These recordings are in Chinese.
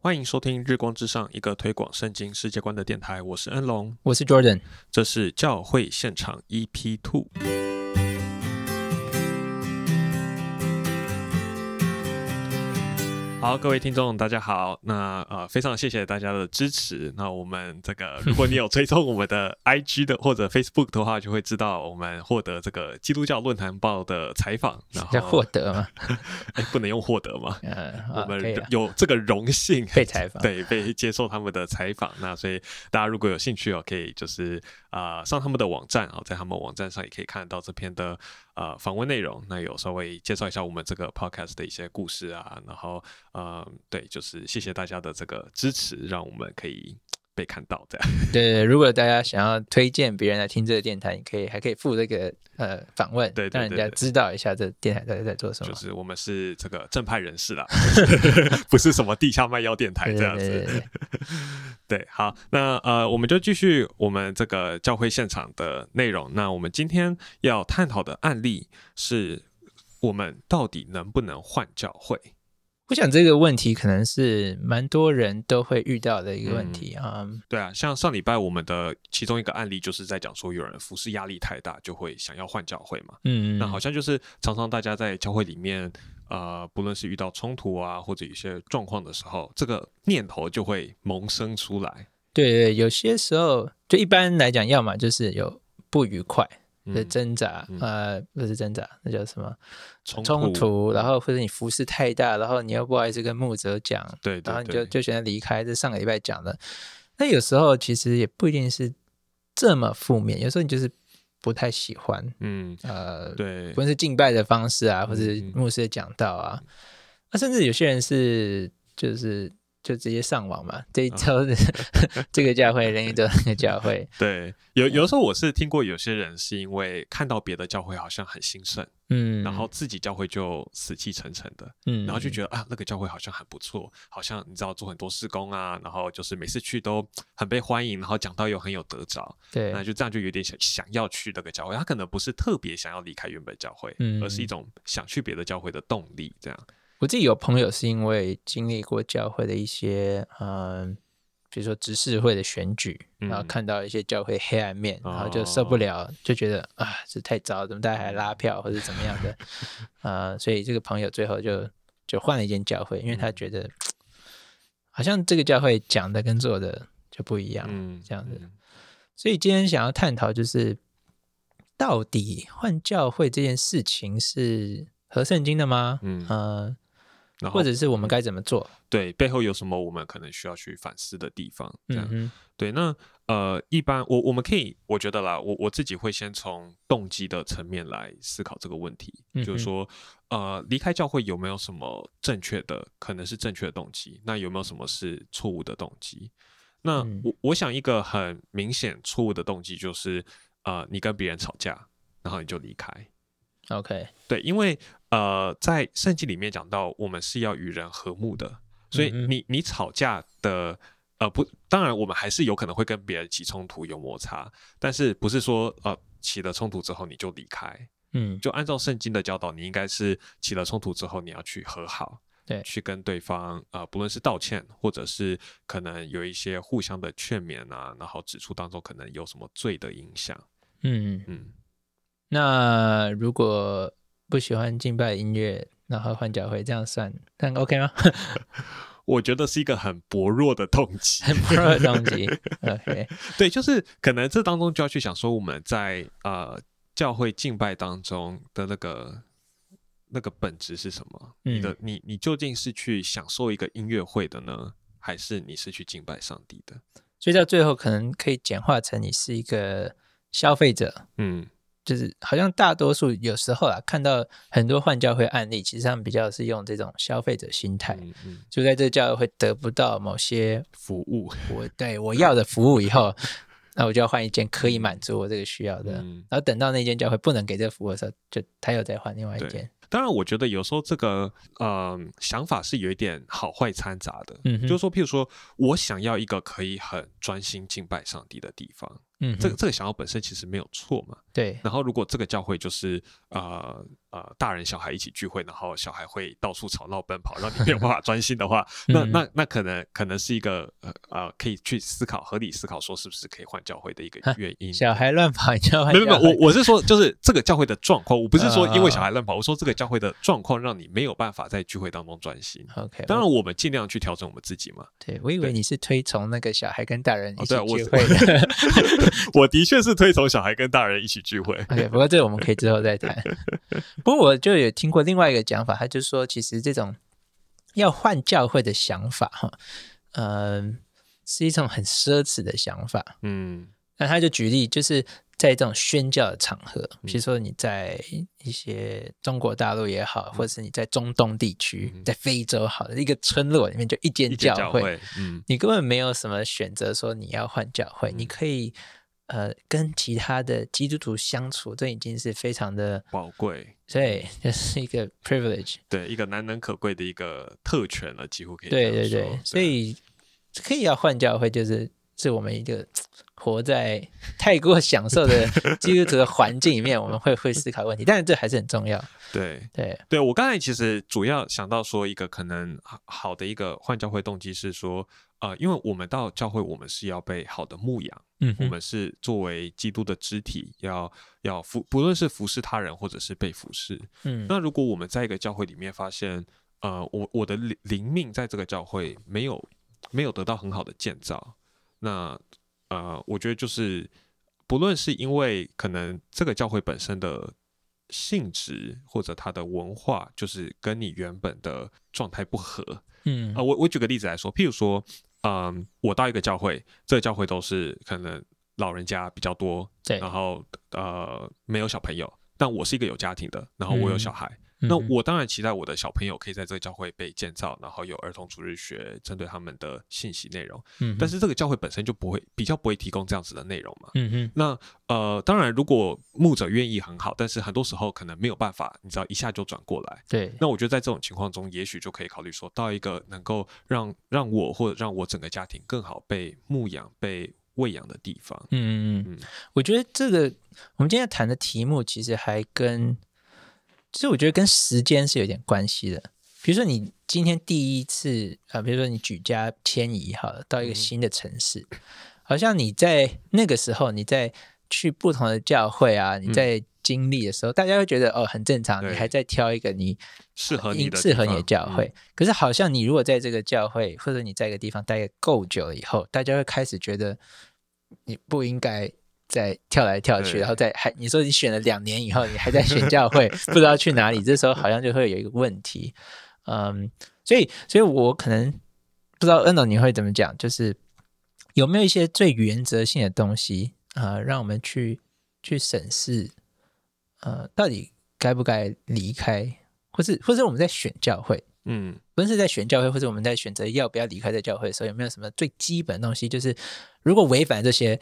欢迎收听《日光之上》，一个推广圣经世界观的电台。我是恩龙，我是 Jordan。这是教会现场 EP Two。好，各位听众，大家好。那呃，非常谢谢大家的支持。那我们这个，如果你有追踪我们的 IG 的或者 Facebook 的话，就会知道我们获得这个基督教论坛报的采访。然要后获 得嘛？哎不能用获得嘛，呃，我啊可以们啊有这个荣幸 被采访。对，被接受他们的采访。那所以大家如果有兴趣哦，可以就是啊、呃上他们的网站啊、哦，在他们网站上也可以看到这篇的呃访问内容。那有稍微介绍一下我们这个 podcast 的一些故事啊，然后呃，对，就是谢谢大家的这个支持，让我们可以被看到这样。对对，对如果大家想要推荐别人来听这个电台，你可以还可以附这个呃访问，对对让人对家对知道一下这电台到底在做什么就。是我们是这个正派人士啦，不是什 么地下卖药电台对这对样对子对。对，对，好，那呃，我们就继续我们这个教会现场的内容。那我们今天要探讨的案例是，我们到底能不能换教会？我想这个问题可能是蛮多人都会遇到的一个问题啊。嗯对啊，像上礼拜我们的其中一个案例就是在讲说，有人服侍压力太大，就会想要换教会嘛。嗯，那好像就是常常大家在教会里面，呃，不论是遇到冲突啊，或者一些状况的时候，这个念头就会萌生出来。对对，有些时候就一般来讲，要么就是有不愉快的嗯，挣扎，嗯呃，不是挣扎，那叫什么冲冲突？然后或者你服饰太大，然后你又不好意思跟牧者讲，对然后对你就对，就选择离开。这上个礼拜讲的，那有时候其实也不一定是这么负面，有时候你就是不太喜欢，嗯，呃，对不，论是敬拜的方式啊，或者嗯嗯牧师的讲道啊，那、甚至有些人是就是就直接上网嘛，这一嗯周的、 这个教会，另一周那个教 会，对，嗯有有的时候我是听过有些人是因为看到别的教会好像很兴盛，嗯，然后自己教会就死气沉沉的，嗯，然后就得觉得啊那个教会好像很不错，好像你知道做很多事工啊，然后就是每次去都很被欢迎，然后讲到又很有得着，对，那就这样就有点想想要去那个教会，他可能不是特别想要离开原本教会，嗯而是一种想去别的教会的动力，这样，我自己有朋友是因为经历过教会的一些，嗯，比如说执事会的选举，嗯然后看到一些教会黑暗面，哦然后就受不了，就觉得啊，这太糟了，怎么大家还拉票或者怎么样 的，呃，所以这个朋友最后就就换了一间教会，因为嗯他觉得、好像这个教会讲的跟做的就不一样，嗯，啊这样子嗯所以今天想要探讨就是，到底换教会这件事情是合圣经的吗？嗯呃，然后或者是我们该怎么做？对背后有什么我们可能需要去反思的地方，这样。嗯对，那呃，一般我我们可以，我觉得啦，我我自己会先从动机的层面来思考这个问题，嗯就是哼说，呃，离开教会有没有什么正确的，可能是正确的动机？那有没有什么是错误的动机？那嗯我我想一个很明显错误的动机就是，呃，你跟别人吵架，然后你就离开。哼，OK，对，因为呃，在圣经里面讲到，我们是要与人和睦的，所以嗯哼你你吵架的呃不，当然我们还是有可能会跟别人起冲突有摩擦，但是不是说呃起了冲突之后你就离开，嗯，就按照圣经的教导，你应该是起了冲突之后你要去和好。对去跟对方呃，不论是道歉，或者是可能有一些互相的劝勉啊，然后指出当中可能有什么罪的影响，嗯，嗯，那如果不喜欢敬拜音乐，然后换教会，这样算，但 OK 吗？ 我觉得是一个很薄弱的动机，很不错的东西，OK， 对，就是可能这当中就要去想说，我们在呃教会敬拜当中的那个那个本质是什么？你嗯的你你究竟是去享受一个音乐会的呢，还是你是去敬拜上帝的？所以到最后可能可以简化成你是一个消费者，嗯，就是好像大多数有时候啊，看到很多换教会案例，其实他们比较是用这种消费者心态，嗯嗯，就在这教会得不到某些服务，我对我要的服务以 后，那我就要换一间可以满足我这个需要的。嗯，然后等到那间教会不能给这个服务的时候，就他又再换另外一间。当然，我觉得有时候这个呃想法是有一点好坏掺杂的，嗯哼就是说，譬如说我想要一个可以很专心敬拜上帝的地方，嗯哼，这个这个想法本身其实没有错嘛。对，然后如果这个教会就是呃呃大人小孩一起聚会，然后小孩会到处吵闹奔跑，让你没有办法专心的 话，那嗯那那可能可能是一个呃呃可以去思考合理思考说是不是可以换教会的一个原因。小孩乱跑，你知道吗？没有没有，我我是说，就是这个教会的状况，我不是说因为啊小孩乱跑，我说这个教会的状况让你没有办法在聚会当中专心。 OK，当我然，我们尽量去调整我们自己嘛。对我以为对你是推崇那个小孩跟大人一哦，起对啊，我聚会 的。我的确是推崇小孩跟大人一起聚会。 OK，不过这个我们可以之后再 谈。不过我就有听过另外一个讲法，他就说，其实这种要换教会的想法，哈，嗯、是一种很奢侈的想法。嗯那他就举例，就是在这种宣教的场合，嗯比如说你在一些中国大陆也好，嗯或者是你在中东地区，在非洲好的一个村落里面，就一间一间教会，会，嗯你根本没有什么选择，说你要换教会，嗯你可以呃跟其他的基督徒相处，这已经是非常的宝贵。对， 这是一个 privilege，对，一个难能可贵的一个特权了，几乎可以这对样对说。啊对，所以可以要啊换教会，就是是我们一个活在太过享受的基督徒的环境里面，我们会会思考问题，但是这还是很重要。对对，对，我刚才其实主要想到说，一个可能好好的一个换教会动机是说，呃，因为我们到教会，我们是要被好的牧养，嗯我哼，们是作为基督的肢体，要要服，不论是服侍他人或者是被服侍。嗯那如果我们在一个教会里面发现，呃，我我的灵灵命在这个教会没有没有得到很好的建造，那呃，我觉得就是不论是因为可能这个教会本身的性质或者它的文化，就是跟你原本的状态不合，嗯啊，，我我举个例子来说，譬如说，嗯，我到一个教会，这个教会都是可能老人家比较多，对然后呃没有小朋友，但我是一个有家庭的，然后我有小孩，那嗯哼我当然期待我的小朋友可以在这个教会被建造，然后有儿童主日学针对他们的信息内容，嗯哼但是这个教会本身就不会比较不会提供这样子的内容嘛，嗯哼，那呃，当然，如果牧者愿意很好，但是很多时候可能没有办法，你知道一下就转过来，对，那我觉得在这种情况中，也许就可以考虑说，到一个能够让让我或者让我整个家庭更好被牧养、被喂养的地方。嗯嗯嗯嗯，我觉得这个我们今天谈的题目其实还跟，其实我觉得跟时间是有点关系的。比如说你今天第一次啊、呃比如说你举家迁移好了，到一个嗯新的城市，好像你在那个时候你在去不同的教会啊，你在经历的时候，大家会觉得哦很正常，嗯对你还在挑一个你适合你呃应的适合地你方的嗯教会。可是好像你如果在这个教会或者你在一个地方待得够久了以后，大家会开始觉得你不应该再跳来跳去，对然后再还你说你选了两年以后，你还在选教会，不知道去哪里，这时候好像就会有一个问题。嗯，所以所以我可能不知道恩总你会怎么讲，就是有没有一些最原则性的东西啊、呃让我们去去审视，呃，到底该不该离开，或是或者我们在选教会，嗯不论是在选教会，或者我们在选择要不要离开这教会的时候，有没有什么最基本的东西？就是如果违反这些，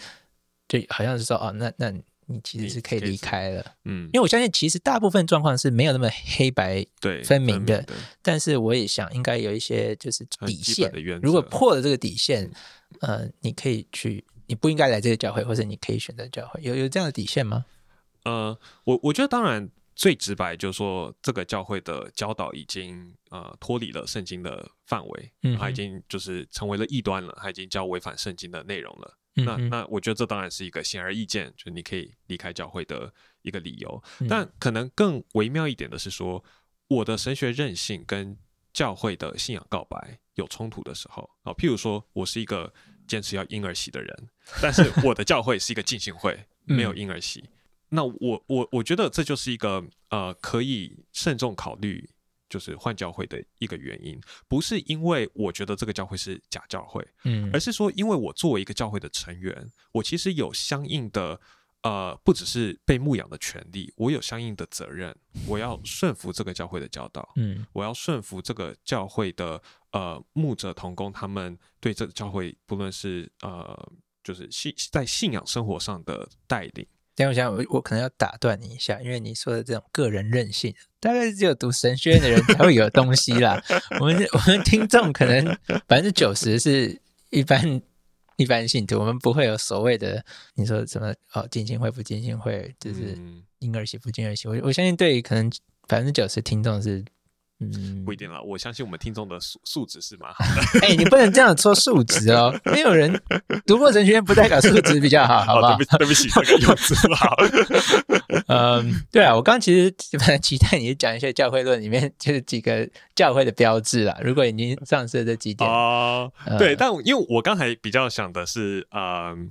就好像是说哦，那那你其实是可以离开了。嗯，因为我相信，其实大部分状况是没有那么黑白，对，分明明的但是我也想应该有一些就是很底呃基本线的。原则。嗯如果破了这个底线，呃，你可以去，你不应该来这个教会，或者你可以选择教会，有有这样的底线吗？呃，我我觉得当然最直白就是说，这个教会的教导已经呃脱离了圣经的范围，嗯哼它已经就是成为了异端了，它已经叫违反圣经的内容了。嗯那哼那我觉得这当然是一个显而易见，就是你可以离开教会的一个理由。嗯但可能更微妙一点的是说，我的神学韧性跟教会的信仰告白有冲突的时候啊、譬如说我是一个坚持要婴儿洗的人，但是我的教会是一个浸信会，没嗯有婴儿洗。那我我我觉得这就是一个呃，可以慎重考虑就是换教会的一个原因，不是因为我觉得这个教会是假教会，嗯而是说，因为我作为一个教会的成员，我其实有相应的呃，不只是被牧养的权利，我有相应的责任，我要顺服这个教会的教导，嗯我要顺服这个教会的呃牧者同工，他们对这个教会不论是呃就是信在信仰生活上的带领。但我想，我我可能要打断你一下，因为你说的这种个人任性，大概只有读神学院的人才会有的 东西啦。我们我们听众可能百分之九十是一般一般信徒，我们不会有所谓的你说什么哦，进信会不进信会，就是嗯婴儿洗不婴儿洗。我我相信对于可能百分之九十听众是，嗯不，一定啦。我相信我们听众的素素质是蛮 好的，哎、你不能这样说数值哦，没有人读过神学院不代表数值比较好，好不哦好对？不起，对不起，这个 用词不好。嗯， 对啊，我刚刚其实本来期待你讲一些教会论里面就是几个教会的标志啦。如果已经上市这几点，哦、呃对，但因为我刚才比较想的是，嗯、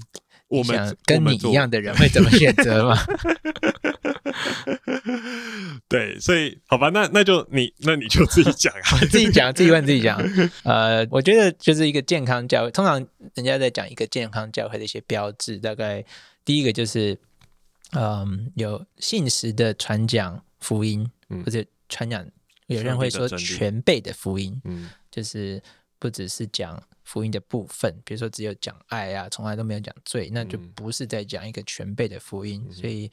我你想们跟你一样，的人会怎么选择嘛？我们做对，所以好吧，那那就你那你就自己讲 啊， 自己讲，自己问自己讲。呃，我觉得就是一个健康教会，通常人家在讲一个健康教会的一些标志，大概第一个就是，嗯，有信实的传讲福音，嗯或者传讲，有人会说上帝的真理全备的福音，嗯就是不只是讲福音的部分，比如说只有讲爱啊，从来都没有讲罪，那就嗯不是在讲一个全备的福音。嗯所以，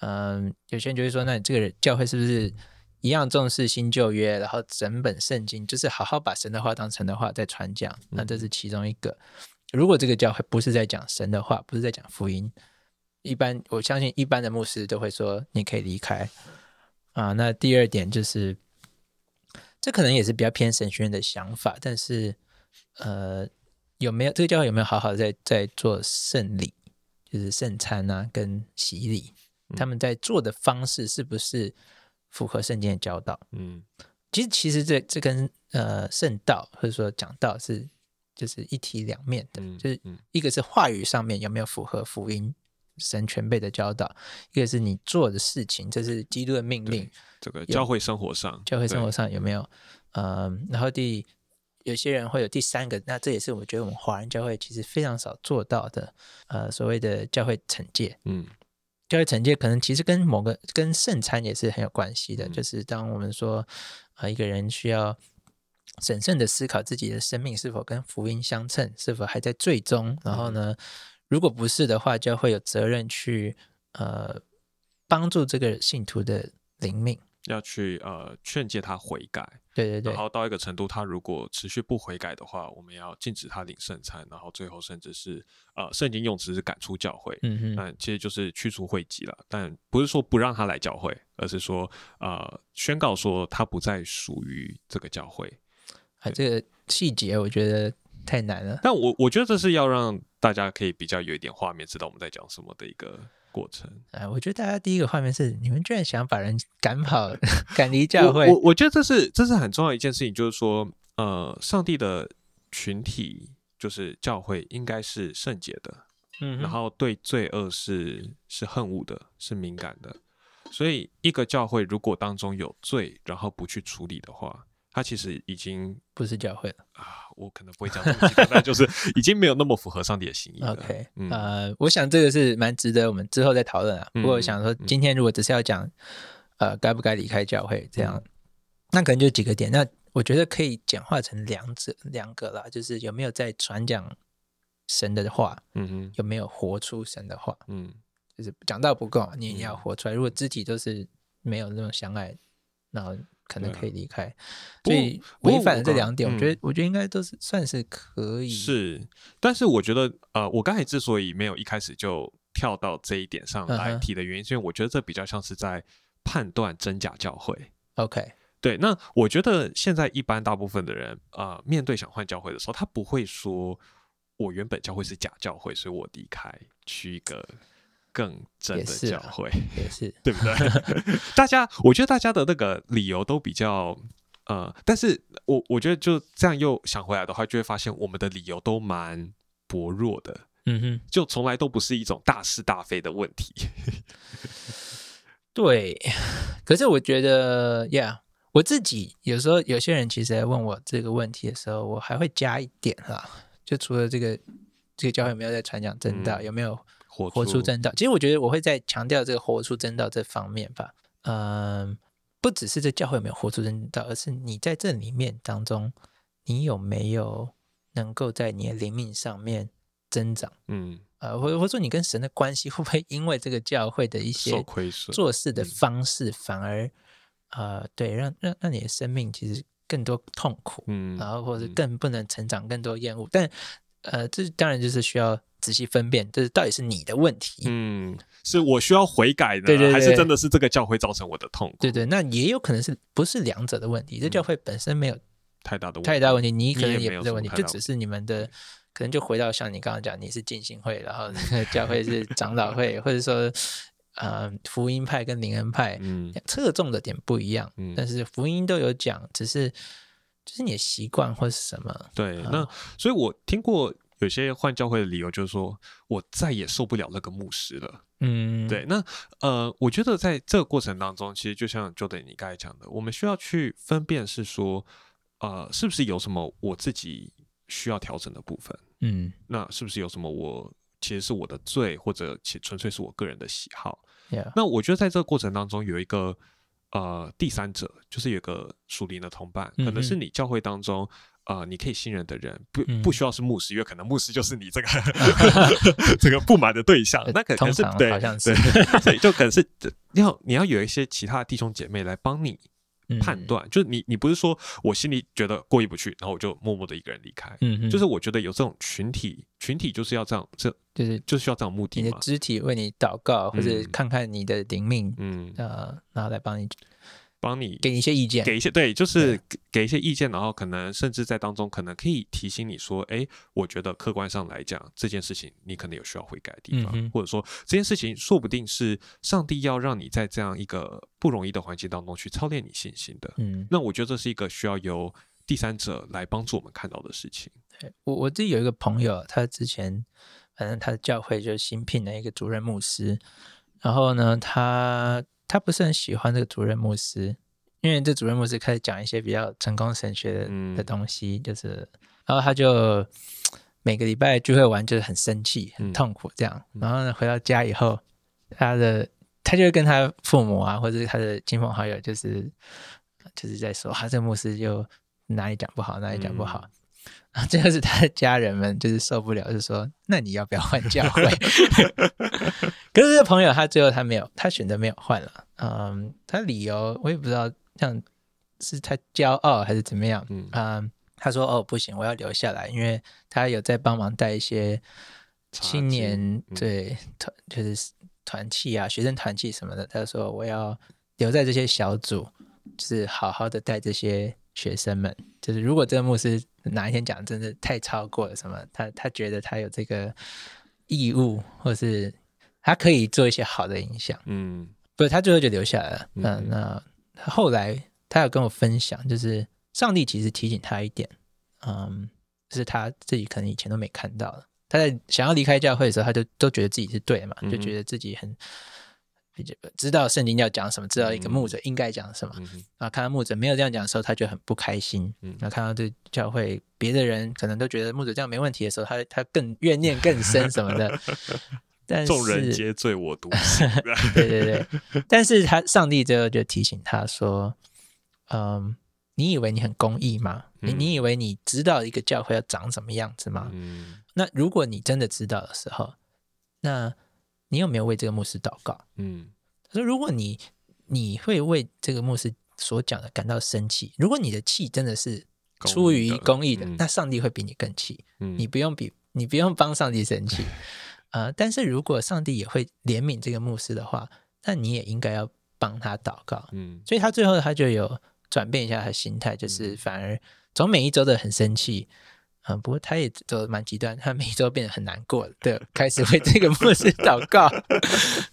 嗯，有些人就会说，那你这个教会是不是一样重视新旧约，然后整本圣经就是好好把神的话当神的话在传讲？那嗯这是其中一个。如果这个教会不是在讲神的话，不是在讲福音，一般我相信一般的牧师都会说你可以离开啊。那第二点就是，这可能也是比较偏神学院的想法，但是呃，有没有这个教会有没有好好在在做圣礼，就是圣餐啊跟洗礼，嗯他们在做的方式是不是符合圣经的教导？嗯其实其实这这跟呃圣道或者说讲道是就是一体两面的，嗯，就是嗯一个是话语上面有没有符合福音神全备的教导，一个是你做的事情，这是基督的命令，这个教会生活上，教会生活对，上有没有？嗯，然后第有些人会有第三个，那这也是我觉得我们华人教会其实非常少做到的，呃，所谓的教会惩戒，嗯教育惩戒可能其实跟某个跟圣餐也是很有关系的，嗯就是当我们说啊、呃一个人需要审慎的思考自己的生命是否跟福音相称，是否还在最终，然后嗯呢，如果不是的话，就会有责任去呃帮助这个信徒的灵命。要去呃劝诫他悔改，对对对然，后到一个程度，他如果持续不悔改的话，我们要禁止他领圣餐，然后最后甚至是呃圣经用词是赶出教会，嗯嗯，那其实就是驱除会籍了，但不是说不让他来教会，而是说呃宣告说他不再属于这个教会。啊，这个细节我觉得太难了。但我我觉得这是要让大家可以比较有一点画面，知道我们在讲什么的一个过程。哎，我觉得大家第一个画面是，你们居然想把人赶跑、 赶离教会我我我觉得这是这是很重要的一件事情，就是说呃上帝的群体就是教会应该是圣洁的，嗯哼，然后对罪恶是是恨恶的，是敏感的。所以，一个教会如果当中有罪，然后不去处理的话，它其实已经不是教会了。啊，我可能不会讲这么极端，但就是 已经没有那么符合上帝的心意了。 OK，、嗯呃，我想这个是蛮值得我们之后再讨论啊。不过我想说，嗯今天如果只是要讲，呃，该不该离开教会这样，嗯那可能就几个点。那我觉得可以简化成两者两个啦，就是有没有在传讲神的话，嗯哼，有没有活出神的话，嗯就是讲到不够，你也要嗯活出来。如果肢体都是没有那种相爱，然后可能对啊可以离开。不所以不过违反了我这刚两点，我觉嗯得我觉得应该都是算是可以是。但是我觉得，呃，我刚才之所以没有一开始就跳到这一点上来嗯哼提的原因，是因为我觉得这比较像是在判断真假教会。 OK。对，那我觉得现在一般大部分的人啊、呃面对想换教会的时候，他不会说我原本教会是假教会，所以我离开去一个更真也的是教啊会，也是，对不对？ 大家，我觉得大家的那个理由都比较呃，但是我我觉得就这样又想回来的话，就会发现我们的理由都蛮薄弱的。嗯哼，就从来都不是一种大是大非的问题，对， 可是我觉得，Yeah，我自己有时候有些人其实在问我这个问题的时候，我还会加一点啦，就除了这个这个教会有没有在传讲正道，嗯有没有活活出正道，其实我觉得我会在强调这个活出正道这方面吧。嗯，不只是这教会有没有活出正道，而是你在这里面当中，你有没有能够在你的灵命上面增长。嗯，呃，或或者说你跟神的关系会不会因为这个教会的一些受亏损，做事的嗯方式反而、呃，对，让让让你的生命其实更多痛苦，嗯，然后或者是嗯更不能成长，更多厌恶。但呃，这当然就是需要仔细分辨，这到底是你的问题。嗯，是我需要悔改呢，对对对还是真的是这个教会造成我的痛苦？对对，那也有可能是不是两者的问题，这教会本身没有太大的问题太大问题，你嗯可你也能没也有什不是么问题，太就大只是你们的可能就回到像你刚刚讲，你是浸信会，然 后那个教会是长老会，或者说呃福音派跟灵恩派嗯侧重的点不一样，嗯但是福音都有讲，只是就是你的习惯或是什么，对，那所以我听过有些换教会的理由就是说我再也受不了那个牧师了。嗯，对，那呃，我觉得在这个过程当中，其实就像 Jordan 你刚才讲的，我们需要去分辨是说，呃，是不是有什么我自己需要调整的部分？嗯，那是不是有什么我其实是我的罪，或者其纯粹是我个人的喜好？ yeah, 那我觉得在这个过程当中，有一个呃第三者，就是有一个属灵的同伴，可能是嗯哼你教会当中。呃，你可以信任的人，不嗯不需要是牧师，因为可能牧师就是你这 个这个不满的对象呃，那可可通能是常对好像是 对，所以就可能是要你要有一些其他的弟兄姐妹来帮你嗯判，断，就是你你不是说我心里觉得过意不去，然后我就默默的一个人离开，嗯嗯，就是我觉得有这种群体，群体就是要这样，这就是就是需要这种目你的的嘛，肢体为你祷告，或者嗯看看你的灵命，嗯，呃，然后来帮你帮你给你一些意见，给一些对，就是给给一些意见，然后可能甚至在当中可能可以提醒你说，哎，我觉得客观上来讲这件事情你可能有需要悔改的地方，嗯哼或者说这件事情说不定是上帝要让你在这样一个不容易的环境当中去操练你信心的。嗯，那我觉得这是一个需要由第三者来帮助我们看到的事情。我我自己有一个朋友，他之前反正他的教会就新聘了一个主任牧师，然后呢，他他不是很喜欢这个主任牧师，因为这主任牧师开始讲一些比较成功神学的,、嗯的东西，就是，然后他就每个礼拜聚会完就是很生气、很嗯痛苦这样，然后呢回到家以后，他的他就会跟他父母啊，或者是他的亲朋好友，就是就是在说，啊，这个牧师就哪里讲不好，哪里讲不好。然 后最后是他的家人们就是受不了，就说：“那你要不要换教会？” 可是这个朋友他最后他没有，他选择没有换了。嗯，他理由我也不知道，像是他骄傲还是怎么样。嗯嗯，他说：“哦，不行，我要留下来，因为他有在帮忙带一些茶青几年嗯对团就是团契啊、学生团契什么的。”他说：“我要留在这些小组，就是好好的带这些学生们。就是如果这个牧师哪一天讲真的太超过了什么，他他觉得他有这个义务，或是他可以做一些好的影响。”嗯不是，他最后就留下来了。嗯嗯，那后来他有跟我分享，就是上帝其实提醒他一点，嗯，就是他自己可能以前都没看到的。他在想要离开教会的时候，他就都觉得自己是对的嘛，嗯哼就觉得自己很比较知道圣经要讲什么，知道一个牧者应该讲什么。嗯哼然后看到牧者没有这样讲的时候，他就很不开心。嗯然后看到对教会别的人可能都觉得牧者这样没问题的时候，他他更怨念更深什 么的。但是众人皆醉我独醒。对对 对，但是他上帝最后就提醒他说：“嗯，你以为你很公义吗？你嗯你以为你知道一个教会要长什么样子吗？嗯那如果你真的知道的时候，那你有没有为这个牧师祷告？嗯他说，如果你你会为这个牧师所讲的感到生气，如果你的气真的是公出义于的公义的，嗯那上帝会比你更气。嗯，你不用比，你不用帮上帝生气，呃，但是如果上帝也会怜悯这个牧师的话，那你也应该要帮他祷告。嗯所以他最后他就有转变一下他的心态，就是反而从每一周的很生气，嗯、不过他也走得蛮极端，他每一周变得很难过，对，开始为这个牧师祷告。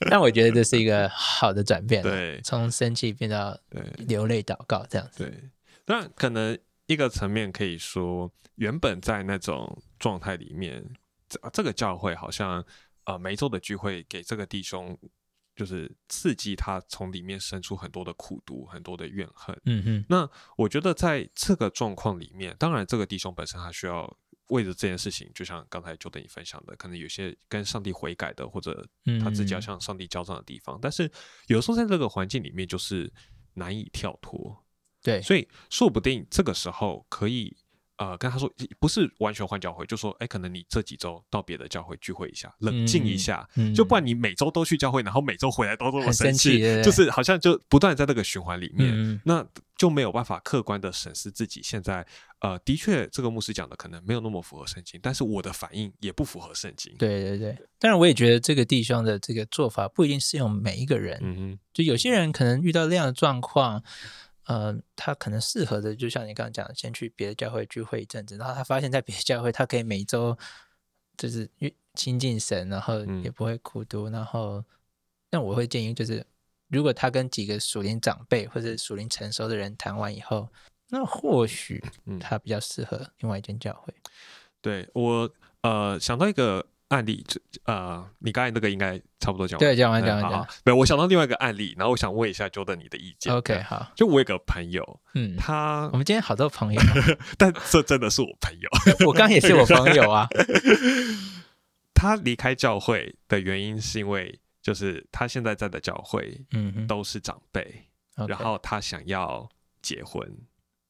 但我觉得这是一个好的转变，，对从生气变到对流泪祷告这样子，对，那可能一个层面可以说，原本在那种状态里面，这这个教会好像呃每一周的聚会给这个弟兄。就是刺激他从里面生出很多的苦毒，很多的怨恨。嗯哼，那我觉得在这个状况里面，当然这个弟兄本身他需要为着这件事情，就像刚才就等你分享的，可能有些跟上帝悔改的，或者嗯他自己要向上帝交账的地方。但是有时候在这个环境里面，就是难以跳脱。对，所以说不定这个时候可以呃跟他说，不是完全换教会，就说哎，可能你这几周到别的教会聚会一下，冷静一下，嗯就不然你每周都去教会，然后每周回来都这么很生气，气对不对就是好像就不断在这个循环里面，嗯那就没有办法客观的审视自己现在。呃，的确，这个牧师讲的可能没有那么符合圣经，但是我的反应也不符合圣经。，对对对，当然我也觉得这个弟兄的这个做法不一定适用每一个人，嗯哼，就有些人可能遇到那样的状况，呃，他可能适合的，就像你刚刚讲的，先去别的教会聚会一阵子，然后他发现，在别的教会，他可以每周就是越亲近神，然后嗯也不会苦读，然后，那我会建议就是，如果他跟几个属灵长辈或者属灵成熟的人谈完以后，那或许嗯他比较适合另外一间教会。对我呃想到一个案例，这呃，你刚才那个应该差不多讲完了。对，讲完嗯讲完好讲好没有，我想到另外一个案例，然后我想问一下 Jordan 你的意见。完，OK，好，就我有个朋友，嗯，他 我们今天好多朋友，但这真的是我朋友， 我刚刚也是我朋友啊，他离开教会的原因是因为就是他现在在的教会嗯哼都是长辈， ，OK，然后他想要结婚，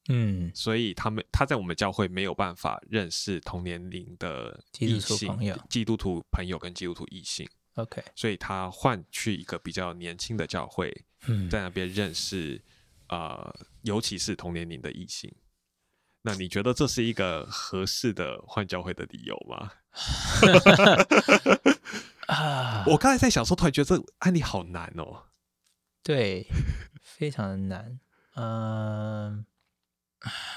嗯。所以他们他在我们教会没有办法认识同年龄的基督异徒性朋友基督徒朋友跟基督徒异性。 OK，所以他换去一个比较年轻的教会，嗯，在那边认识呃，尤其是同年龄的异性。那你觉得这是一个合适的换教会的理由吗？啊，我刚才在想说，突然觉得这案例好难哦。对，非常的难。嗯，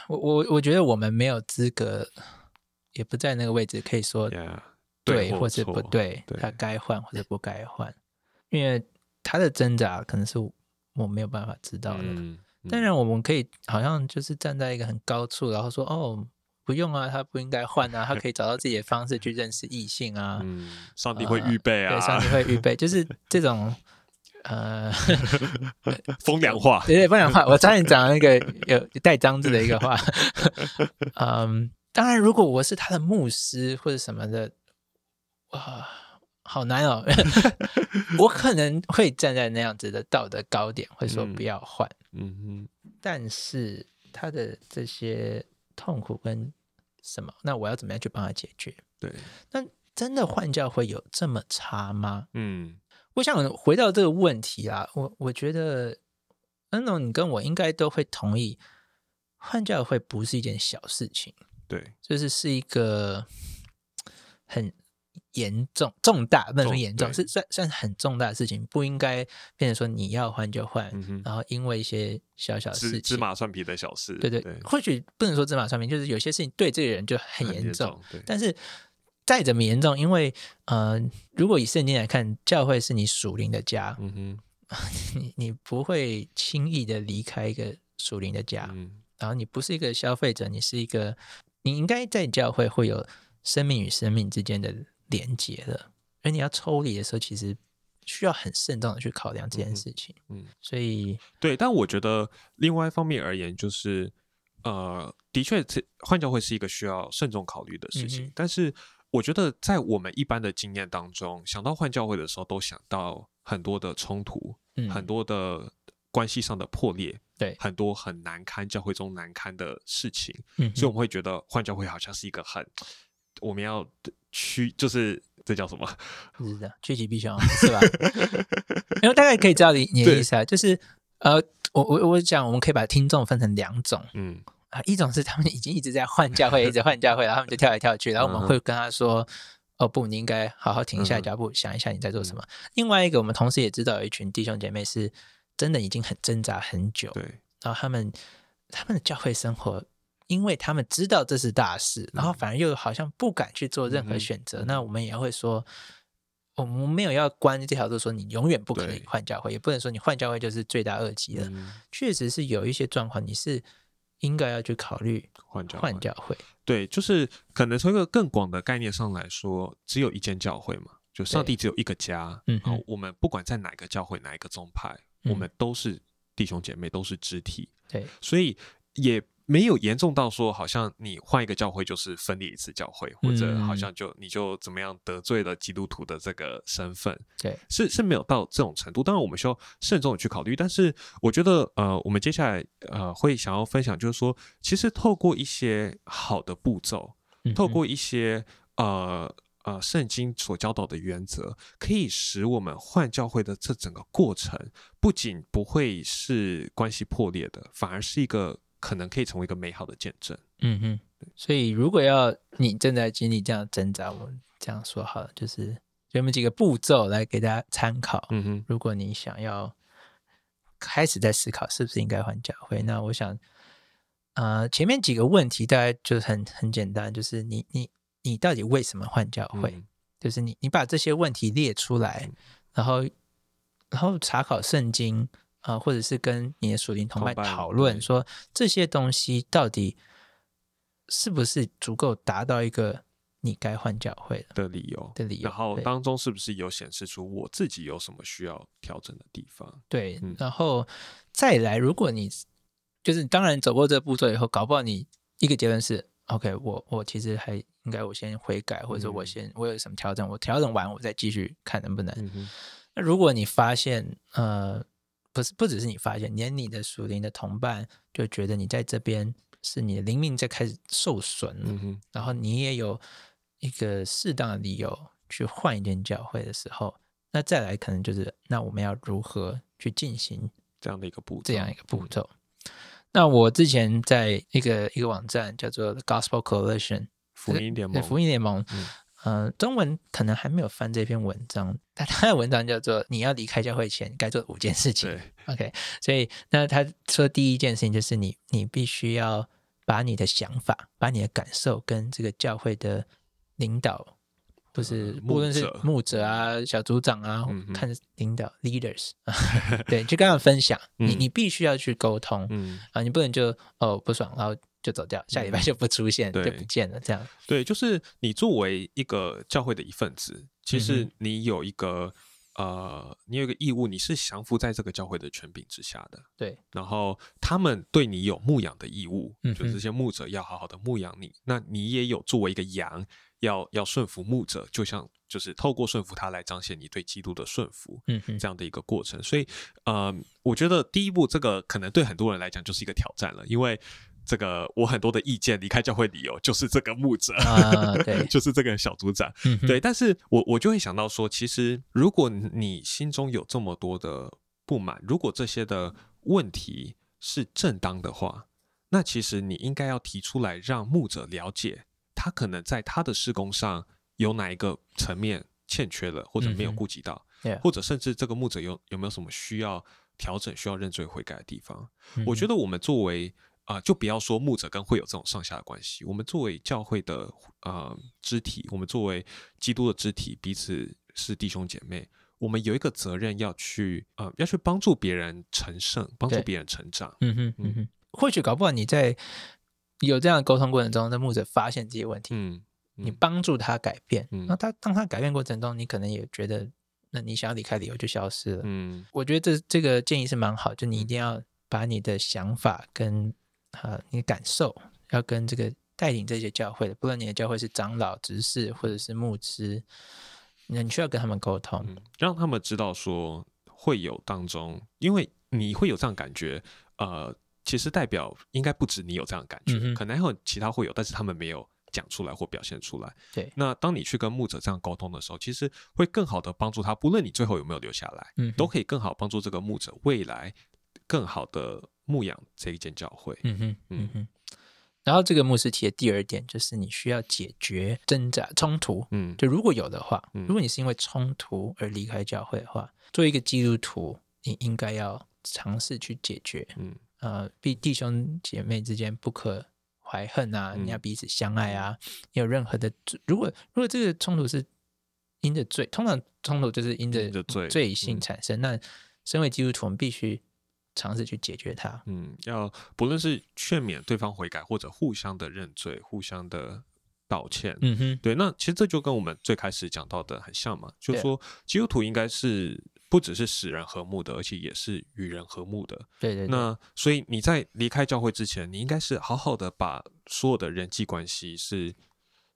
我我我觉得我们没有资格，也不在那个位置，可以说 Yeah，呃对或或是错不对，对他该换或者不该换，因为他的挣扎可能是我没有办法知道的。嗯，嗯当然，我们可以好像就是站在一个很高处，然后说哦，不用啊，他不应该换啊，他可以找到自己的方式去认识异性啊。嗯，上帝会预备啊对，，上帝会预 备，就是这种呃， 风凉话。对对，不讲话，我差点讲那个有带脏字的一个 话。嗯，当然，如果我是他的牧师或者什么的，哇，好难 哦。我可能会站在那样子的道德高点，会说嗯不要换，嗯但是他的这些痛苦跟什么，那我要怎么样去帮他解决？哼，对，那真的换教会有这么差吗？嗯我想回到这个问题啊，我我觉得恩龙，你跟我应该都会同意，换教会不是一件小事情，对，就是是一个很严重、重大，不能说重严重，对是算算是很重大的事情，不应该变成说你要换就换，嗯哼，然后因为一些小小的呃事芝情，芝麻蒜皮的小事，对对，对，或许不能说芝麻上面，就是有些事情对这个人就很严重，，对，但是再怎么严重，因为呃，如果以圣经来看，教会是你属灵的家，嗯哼， 你你不会轻易的离开一个属灵的家，嗯然后你不是一个消费者，你是一个，你应该在教会会有生命与生命之间的连接的，而你要抽离的时候，其实需要很慎重的去考量这件事情。嗯嗯所以对，但我觉得另外一方面而言，就是呃，的确，这换教会是一个需要慎重考虑的事情。嗯哼但是，我觉得在我们一般的经验当中，想到换教会的时候，都想到很多的冲突，嗯，很多的关系上的破裂，对，很多很难堪教会中难堪的事情，嗯所以我们会觉得换教会好像是一个很我们要驱，就是这叫什么？哼是的，趋吉避凶是 吧？因为大概可以知道你你的意思啊，就是呃，我我我讲，我们可以把听众分成两种，嗯啊，一种是他们已经一直在换教会，一直换教会，然后他们就跳来跳去，然后嗯我哼们会跟他说：“哦不，你应该好好停下嗯脚步，想一下你在做什么。”另外一个，我们同时也知道有一群弟兄姐妹是真的已经很挣扎很久，对，然后他们他们的教会生活，因为他们知道这是大事，然后反而又好像不敢去做任嗯哼何选择。嗯那我们也会说，我们没有要关这条路，说你永远不可以对换教会，也不能说你换教会就是罪大恶极了。嗯，确实是有一些状况，你是应该要去考虑换教会换教会。对，就是可能从一个更广的概念上来说，只有一间教会嘛，就上帝只有一个家。嗯然哼后我们不管在哪个教会、哪一个宗派，我嗯们都是弟兄姐妹，都是肢体，对，所以也没有严重到说好像你换一个教会就是分裂一次教会，或者嗯好像就你就怎么样得罪了基督徒的这个身份，对，是是没有到这种程度。当然，我们需要慎重的去考虑。但是，我觉得呃，我们接下来呃会想要分享，就是说，其实透过一些好的步骤，嗯透哼过一些呃呃圣经所教导的原则，可以使我们换教会的这整个过程，不仅不会是关系破裂的，反而是一个可能可以成为一个美好的见证。嗯哼，所以如果要你正在经历这样的挣扎，我这样说好了，就是有没有几个步骤来给大家参考？嗯哼，如果你想要开始在思考是不是应该换教会，那我想，呃，前面几个问题大概就是很很简单，就是你你你到底为什么换教会？嗯就是你你把这些问题列出来，然后然后查考圣经啊、呃或者是跟你的属灵同伴同伴讨论对说这些东西到底是不是足够达到一个你该换教会了的理由。的理由。然后对当中是不是有显示出我自己有什么需要调整的地方？对嗯，然后再来，如果你就是当然走过这步骤以后，搞不好你一个结论是 OK，我我其实还应该我先悔改，或者我嗯先我有什么调整，我调整完我再继续看能不能。嗯哼，那如果你发现呃不是不只是你发现，连你的属灵的同伴就觉得你在这边是你的灵命在开始受损了，嗯哼，然后你也有一个适当的理由去换一间教会的时候，那再来可能就是那我们要如何去进行这样的一个步骤，这样一个步骤。那我之前在一个一个网站叫做 The Gospel Coalition 福音联对盟，福音联盟，嗯呃，中文可能还没有翻这篇文章，但他的文章叫做“你要离开教会前该做五件事情”。对， OK，所以那他说第一件事情就是你，你必须要把你的想法、把你的感受跟这个教会的领导，不是、呃无论是牧者牧者啊、小组长啊，嗯哼看领导 leaders，对，就跟他们分享，嗯你你必须要去沟通、嗯，啊，你不能就哦不爽，然后就走掉，下礼拜就不出现，对就不见了这样。对，就是你作为一个教会的一份子，其嗯实你有一个、呃，你有一个义务，你是降服在这个教会的权柄之下的。对，然后他们对你有牧养的义务，嗯就是哼这些牧者要好好的牧养你。那你也有作为一个羊，要要顺服牧者，就像就是透过顺服他来彰显你对基督的顺服。嗯哼，这样的一个过程。所以，呃，我觉得第一步这个可能对很多人来讲就是一个挑战了，因为这个我很多的意见离开教会理由就是这个牧者， 啊对就是这个小组长，嗯哼 对。但是我我就会想到说，其实如果你心中有这么多的不满，如果这些的问题是正当的话，那其实你应该要提出来，让牧者了解他可能在他的施工上有哪一个层面欠缺了，或者没有嗯哼顾及到。 Yeah 或者甚至这个牧者有有没有什么需要调整、需要认罪悔改的地方？我觉得得我们作为啊、呃就不要说牧者跟会有这种上下的关系，我们作为教会的呃肢体，我们作为基督的肢体，彼此是弟兄姐妹，我们有一个责任要去呃要去帮助别人成圣，帮助对别人成长。嗯哼，嗯嗯哼，或许搞不好你在有这样的沟通过程中，那牧者发现这些问题，嗯，你嗯帮助他改变，嗯那他当他改变过程中，你可能也觉得，那你想要离开理由就消失了。嗯我觉得这这个建议是蛮好，就你一定要把你的想法跟啊、你的感受，要跟这个带领这些教会的，不论你的教会是长老、执事或者是牧师，那你需要跟他们沟通。嗯，让他们知道说会有当中，因为你会有这样感觉，呃，其实代表应该不止你有这样感觉，嗯哼可能还有其他会有，但是他们没有讲出来或表现出来。对那当你去跟牧者这样沟通的时候，其实会更好的帮助他，不论你最后有没有留下来，嗯哼都可以更好帮助这个牧者未来更好的牧养这一间教会。嗯哼，嗯哼。然后这个牧师提的第二点就是你需要解决挣扎冲突，嗯，就如果有的话，嗯如果你是因为冲突而离开教会的话，作为一个基督徒，你应该要尝试去解决，嗯，呃，弟弟兄姐妹之间不可怀恨啊，嗯你要彼此相爱啊，你有任何的，如果如果这个冲突是因着罪，通常冲突就是因着因着罪罪性嗯产生，那身为基督徒，我们必须尝试去解决它，嗯，要不论是劝勉对方悔改，或者互相的认罪、互相的道歉，嗯哼。对，那其实这就跟我们最开始讲到的很像嘛，就对是说基督徒应该是不不只是使人和睦的，而且也是与人和睦的。对对对，那所以你在离开教会之前，你应该是好好的把所有的人际关系是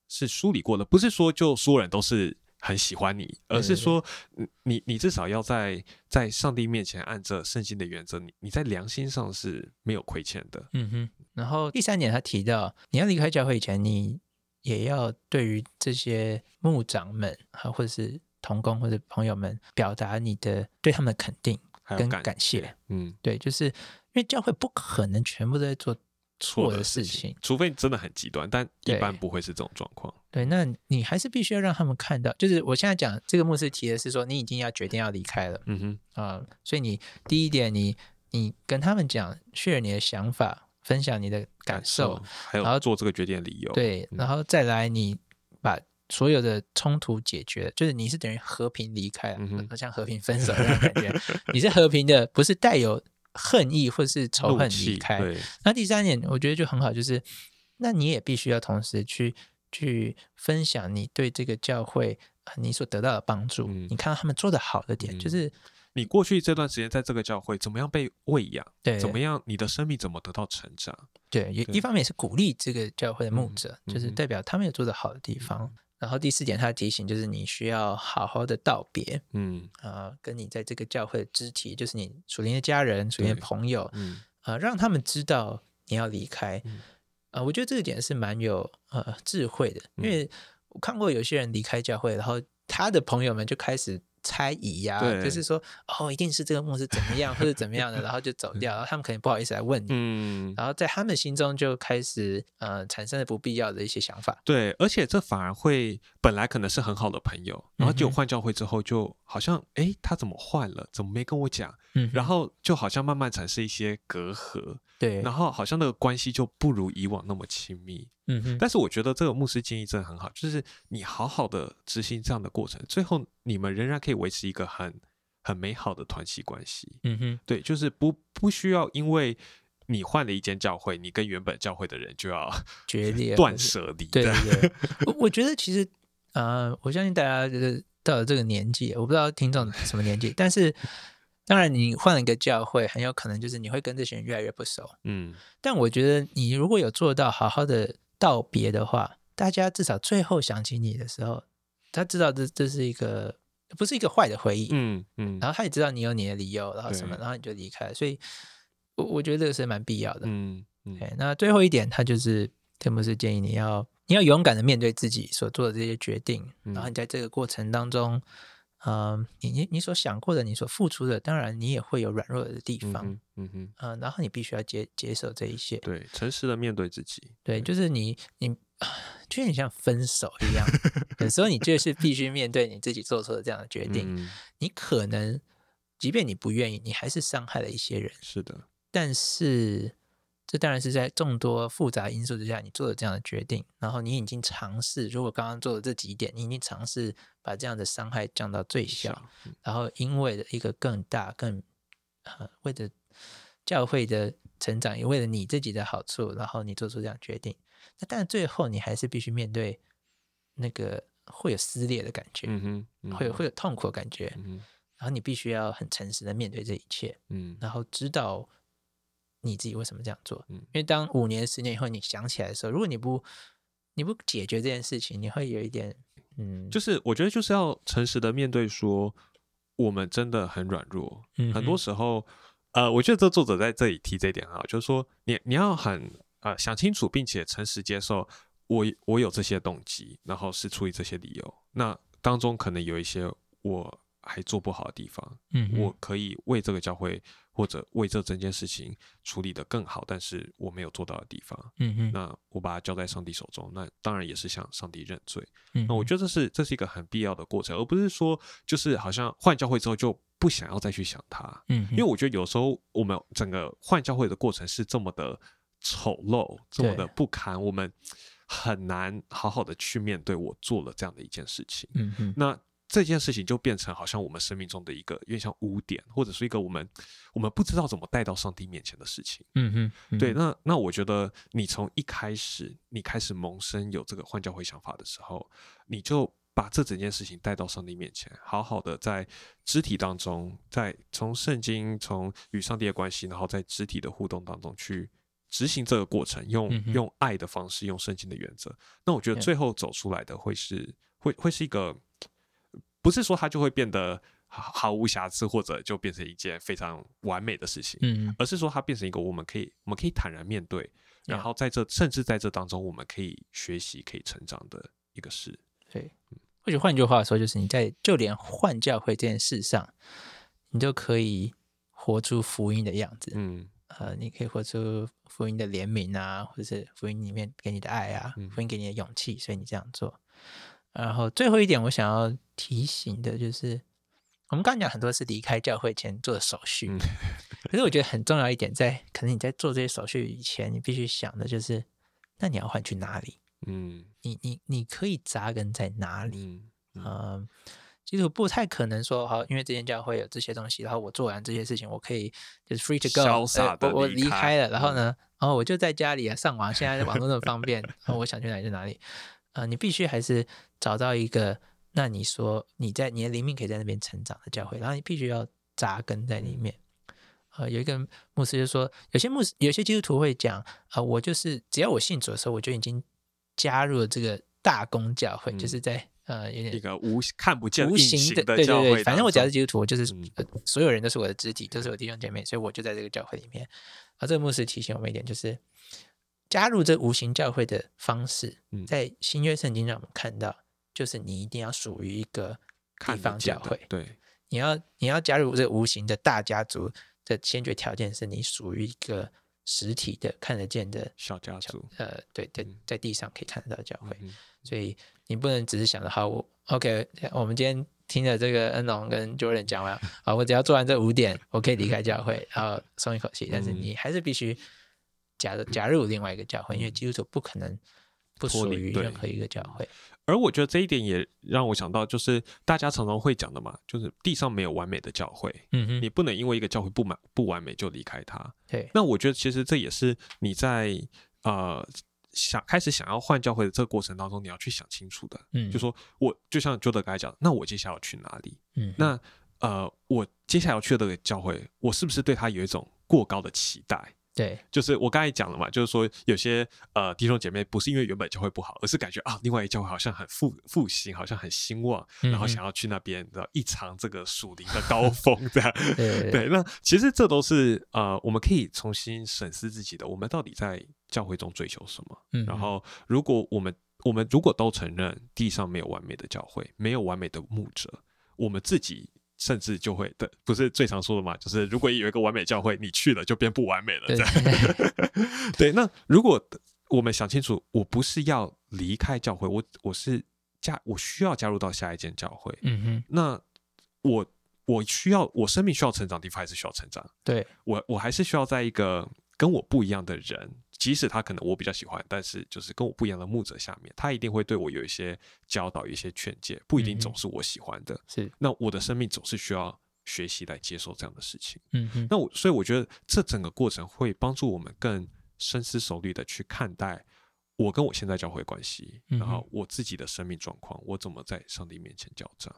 是梳理过的，不是说就所有人都是很喜欢你，而是说你你你至少要在在上帝面前按着圣经的原则，你你在良心上是没有亏欠的。嗯哼。然后第三点，他提到你要离开教会以前，你也要对于这些牧长们啊，或者是同工或者朋友们，表达你的对他们的肯定还有跟感感谢。嗯，对，就是因为教会不可能全部都在做错错的事事情，除非你真的很极端，但一对般不会是这种状况。对，那你还是必须要让他们看到，就是我现在讲这个牧师提的是说，你已经要决定要离开了嗯哼，啊、所以你第一点你，你跟他们讲，share 你的想法，分享你的感受，还然后有做这个决定的理由。，对，然后再来你把所有的冲突解决，就是你是等于和平离开了，嗯哼呃像和平分手那种感觉， 你是和平的，不是带有恨意或是仇怒恨气离开。对，那第三点，我觉得就很好，就是那你也必须要同时去去分享你对这个教会呃你所得到的帮助，嗯你看到他们做的好的点，就嗯是你过去这段时间在这个教会怎么样被喂养，对怎么样你的生命怎么得到成长？对，也一对方面也是鼓励这个教会的牧者，嗯就是嗯哼嗯代表他们有做的好的地方。然后第四点，他的提醒就是你需要好好的道别，嗯啊，跟你在这个教会的肢体，就是你属灵的家人、属灵的对朋友，嗯啊，让他们知道你要离开嗯。啊，我觉得这个点是蛮有呃智慧的，嗯因为我看过有些人离开教会，然后他的朋友们就开始猜疑呀、对就是说哦，一定是这个牧师怎么样或者怎么样的，然后就走 掉，然后他们可能不好意思来问你，嗯，然后在他们心中就开始呃产生了不必要的一些想法。对，而且这反而会本来可能是很好的朋友，然后结嗯果哼换教会之后，就好像诶，他怎么换了？怎么没跟我讲？嗯然后就好像慢慢产生一些隔阂，对，然后好像那个关系就不如以往那么亲密。嗯哼，但是我觉得这个牧师建议真的很好，就是你好好的执行这样的过程，最后你们仍然可以维持一个很很美好的团体关系。嗯哼，对，就是不不需要因为你换了一间教会，你跟原本教会的人就要决裂断或者舍离。对对对，我我觉得其实呃，我相信大家就是到了这个年纪，我不知道听众什么年纪，但是当然你换了一个教会，很有可能就是你会跟这些人越来越不熟。嗯，但我觉得你如果有做到好好的道别的话，大家至少最后想起你的时候，他知道这这是一个不是一个坏的回忆，嗯嗯然后他也知道你有你的理由，然后什么，对然后你就离开了。所以我我觉得这个是蛮必要的。嗯嗯，对，那最后一点，他就是詹姆斯建议你要你要勇敢的面对自己所做的这些决定，嗯然后你在这个过程当中，嗯、你你你所想过的，你所付出的，当然你也会有软弱的地嗯方，嗯、哼嗯哼，然后你必须要接接受这一切，对，诚实的面对自己。对，就是你你。就很像分手一 样，有时候你就是必须面对你自己做出的这样的决定。嗯，你可能，即便你不愿意，你还是伤害了一些人。是的，但是这当然是在众多复杂因素之下，你做了这样的决定，然后你已经尝试，如果刚刚做的这几点，你已经尝试把这样的伤害降到最小，小，然后因为了一个更大、更呃，为了教会的成长，也为了你自己的好处，然后你做出这样的决定。那但最后你还是必须面对那个会有撕裂的感觉，嗯哼，嗯会有哼会有痛苦的感觉，嗯哼然后你必须要很诚实的面对这一切。嗯然后知道你自己为什么这样做。嗯因为当五年、十年以后你想起来的时候，如果你不你不解决这件事情，你会有一点嗯，就是我觉得就是要诚实的面对说，我们真的很软弱，嗯很多哼时候，呃，我觉得这作者在这里提这一点很好，就是说你你要很呃想清楚，并且诚实接受我我有这些动机，然后是出于这些理由，那当中可能有一些我还做不好的地方，嗯我可以为这个教会或者为这整件事情处理的更好，但是我没有做到的地方，嗯那我把它交在上帝手中，那当然也是向上帝认罪。嗯那我觉得这是这是一个很必要的过程，而不是说就是好像换教会之后就不想要再去想它，嗯哼，因为我觉得有时候我们整个换教会的过程是这么的丑陋，这么的不堪，我们很难好好的去面对我做了这样的一件事情。嗯哼那这件事情就变成好像我们生命中的一个有点像污点，或者是一个我们我们不知道怎么带到上帝面前的事情。嗯哼嗯对，哼那那我觉得你从一开始，你开始萌生有这个换教会想法的时候，你就把这整件事情带到上帝面前，好好的在肢体当中，在从圣经、从与上帝的关系，然后在肢体的互动当中去执行这个过程，用、嗯哼用爱的方式，用圣经的原则。那我觉得 Yeah 最后走出来的会是会会是一个，不是说它就会变得毫毫无瑕疵，或者就变成一件非常完美的事情。嗯而是说它变成一个我们可以我们可以坦然面对， Yeah. 然后在这甚至在这当中，我们可以学习、可以成长的一个事。对，或许换句话说，就是你在就连换教会这件事上，你都可以活出福音的样子。嗯呃，你可以活出福音的怜悯啊，或者是福音里面给你的爱啊，嗯福音给你的勇气，所以你这样做。然后最后一点，我想要提醒的就是，我们刚刚讲很多是离开教会前做的手续，嗯可是我觉得很重要一点在，可能你在做这些手续以前，你必须想的就是，那你要换去哪里？嗯你你你可以扎根在哪里？嗯嗯，其实我不太可能说，好，因为这间教会有这些东西，然后我做完这些事情，我可以就是 free to go，潇洒呃地我我离离开嗯开了，然后呢，然后我就在家里啊上网，现在网络那么方便，然后我想去哪里就哪里。呃，你必须还是找到一个，那你说你在你的灵命可以在那边成长的教会，然后你必须要扎根在嗯里面。呃，有一个牧师就说，有些牧师有些基督徒会讲啊、我就是只要我信主的时候，我就已经加入了这个大公教会，就嗯是在呃有点一个无看不见无隐形形的，对教对会当对，中，反正我只要是基督徒，我就是、嗯呃所有人都是我的肢体，都是我弟兄姐妹，所以我就在这个教会里面。啊，这个牧师提醒我们一点，就是加入这无形教会的方式，嗯在新约圣经让我们看到，就是你一定要属于一个地看得方见教的会，对，你要你要加入这无形的大家族的先决条件是你属于一个实体的、看得见的小家教族。呃，对，在嗯在地上可以看得到的教会。嗯所以你不能只是想着好，我 OK，我们今天听了这个恩龙跟 Jordan 讲完，好，我只要做完这五点，我可以离开教会，然后松一口气。但是嗯你还是必须加入加入另外一个教会，因为基督徒不可能不脱属离于对任何一个教会。而我觉得这一点也让我想到，就是大家常常会讲的嘛，就是地上没有完美的教会，嗯哼，你不能因为一个教会不满不完美就离开它。对，那我觉得其实这也是你在呃想开始想要换教会的这个过程当中，你要去想清楚的。嗯就说我就像 Jordan 刚才讲，那我接下来要去哪里？嗯，那呃，我接下来要去的这个教会，我是不是对他有一种过高的期待？对，就是我刚才讲了嘛，就是说有些呃弟兄姐妹不是因为原本教会不好，而是感觉啊，另外一个教会好像很复复兴，好像很兴旺，然后嗯哼想要去那边的一尝这个属灵的高峰，这样。对嗯对对对，那其实这都是呃，我们可以重新审视自己的，我们到底在教会中追求什么？嗯然后，如果我们我们如果都承认地上没有完美的教会，没有完美的牧者，我们自己甚至就会对，不是最常说的嘛，就是如果有一个完美教会，你去了就变不完美了。对这 样对，那如果我们想清楚，我不是要离开教会，我我是加我需要加入到下一间教会，嗯哼，那我我需要我生命需要成长的地方还是需要成长，对，我我还是需要在一个跟我不一样的人，即使他可能我比较喜欢，但是就是跟我不一样的牧者下面，他一定会对我有一些教导、有一些劝诫，不一定嗯哼总是我喜欢的。是，那我的生命总是需要学习来接受这样的事情。嗯哼，那我所以我觉得这整个过程会帮助我们更深思熟虑的去看待我跟我现在教会关系，嗯哼然后我自己的生命状况，我怎么在上帝面前交账。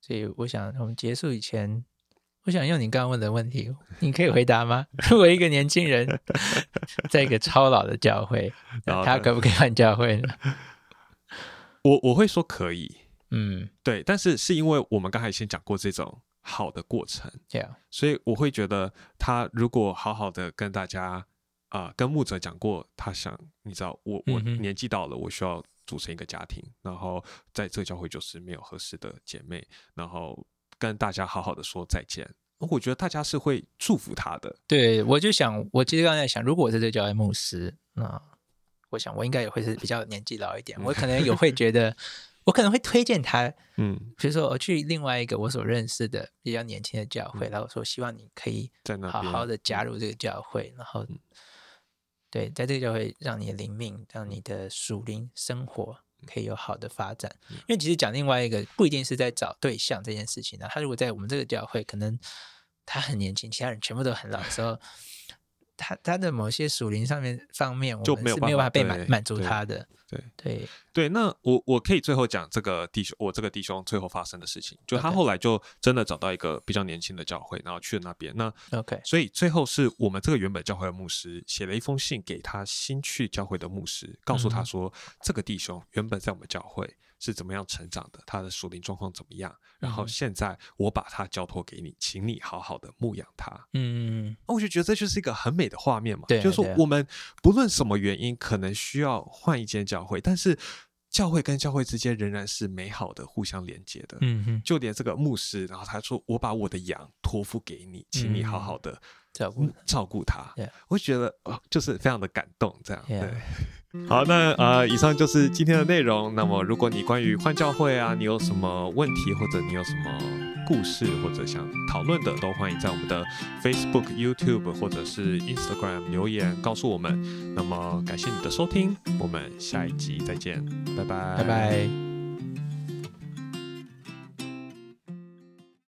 所以我想，我们结束以前，我想用你刚刚问的问题，你可以回答吗？ 如果一个年轻人在一个超老的教会，然后他呢可不可以换教会呢？ 我我会说可以，嗯，对，但是是因为我们刚才先讲过这种好的过程，这样，所以我会觉得他如果好好的跟大家啊、呃跟牧者讲过，他想你知道我我嗯哼年纪到了，我需要组成一个家庭，然后在这个教会就是没有合适的姐妹，然后跟大家好好的说再见。我觉得大家是会祝福他的，对我就想，我其实刚才在想，如果我是这个教会牧师，那我想我应该也会是比较年纪老一点，我可能也会觉得， 我可能会推荐他嗯，比如说我去另外一个我所认识的比较年轻的教会，然后我说希望你可以在那好边好的加入这个教会，然后对，在这个教会让你的灵命，让你的属灵生活可以有好的发展。因为其实讲另外一个，不一定是在找对象这件事情啊。他如果在我们这个教会，可能他很年轻，其他人全部都很老的时候。他他的某些属灵上面方面，我就们没有是没有办办法法被对满满足对他的，对对，对，那我我可以最后讲这个弟兄，我这个弟兄最后发生的事情，就他 OK 后来就真的找到一个比较年轻的教会，然后去了那边。那 OK，所以最后是我们这个原本教会的牧师写了一封信给他新去教会的牧师，告诉嗯他说，这个弟兄原本在我们教会是怎么样成长的，他的属灵状况怎么样，然后嗯现在我把他交托给你，请你好好的牧养他。嗯，我就觉得这就是一个很美的画面嘛，对啊就是说对啊我们不论什么原因，可能需要换一间教会，但是教会跟教会之间仍然是美好的互相连接的。嗯哼，就连这个牧师，然后他说：“我把我的羊托付给你，请你好嗯好的照顾嗯照顾它。 Yeah 我觉得哦，就是非常的感动，这样 Yeah 对。 好，那呃，以上就是今天的内容。那么，如果你关于换教会啊，你有什么问题，或者你有什么故事，或者想讨论的，都欢迎在我们的 Facebook、YouTube 或者是 Instagram 留言告诉我们。那么，感谢你的收听，我们下一集再见，拜拜，拜拜。